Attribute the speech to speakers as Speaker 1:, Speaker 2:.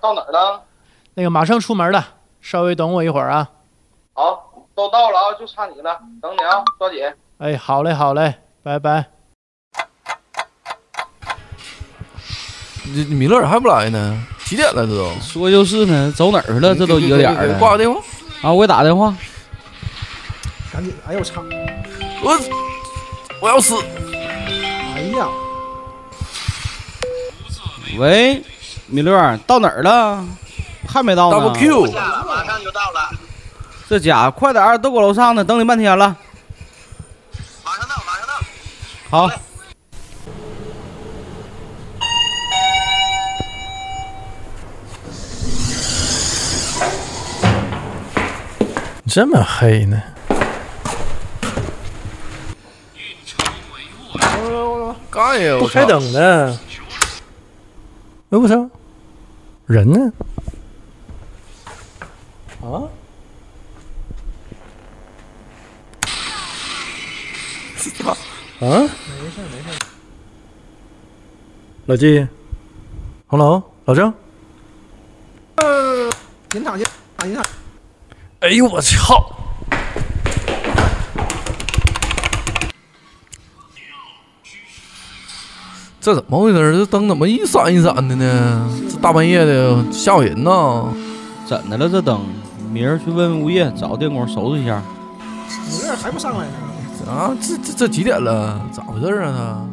Speaker 1: 到哪儿了？
Speaker 2: 那个马上出门了，稍微等我一会儿啊。
Speaker 1: 好，都到了啊，就差你了，等你啊，抓紧。
Speaker 2: 哎，好嘞，好嘞，拜拜。
Speaker 3: 这米勒咋还不来呢？几点了这都？
Speaker 4: 说就是呢，走哪儿去了？这都一个点儿了。
Speaker 3: 挂个电话。
Speaker 4: 啊！我给打电话。
Speaker 5: 赶紧！哎呦我操！
Speaker 3: 我我要死！
Speaker 5: 哎呀，
Speaker 4: 喂，米勒，到哪儿了？还没到呢。
Speaker 3: Double Q，
Speaker 1: 马上就到了，
Speaker 4: 这家伙快点儿，都搁楼上呢，等你半天了。
Speaker 1: 马上到，马上到。
Speaker 4: 好，
Speaker 6: 这么黑呢？
Speaker 3: 干呀！
Speaker 6: 不
Speaker 3: 我
Speaker 6: 开
Speaker 3: 操！
Speaker 6: 灯呢？哎，我操！人呢？啊？啊？没事没事。老纪，红楼，老郑。
Speaker 5: 银躺银躺银躺，
Speaker 6: 哎呦我操！
Speaker 3: 这怎么回事儿？这灯怎么一闪一闪的呢？这大半夜的，吓唬人呐！
Speaker 4: 怎的了这灯？明儿去问问物业，找电工收拾一下。
Speaker 5: 米勒还不上来呢？
Speaker 3: 啊，这这这几点了？咋回事儿啊？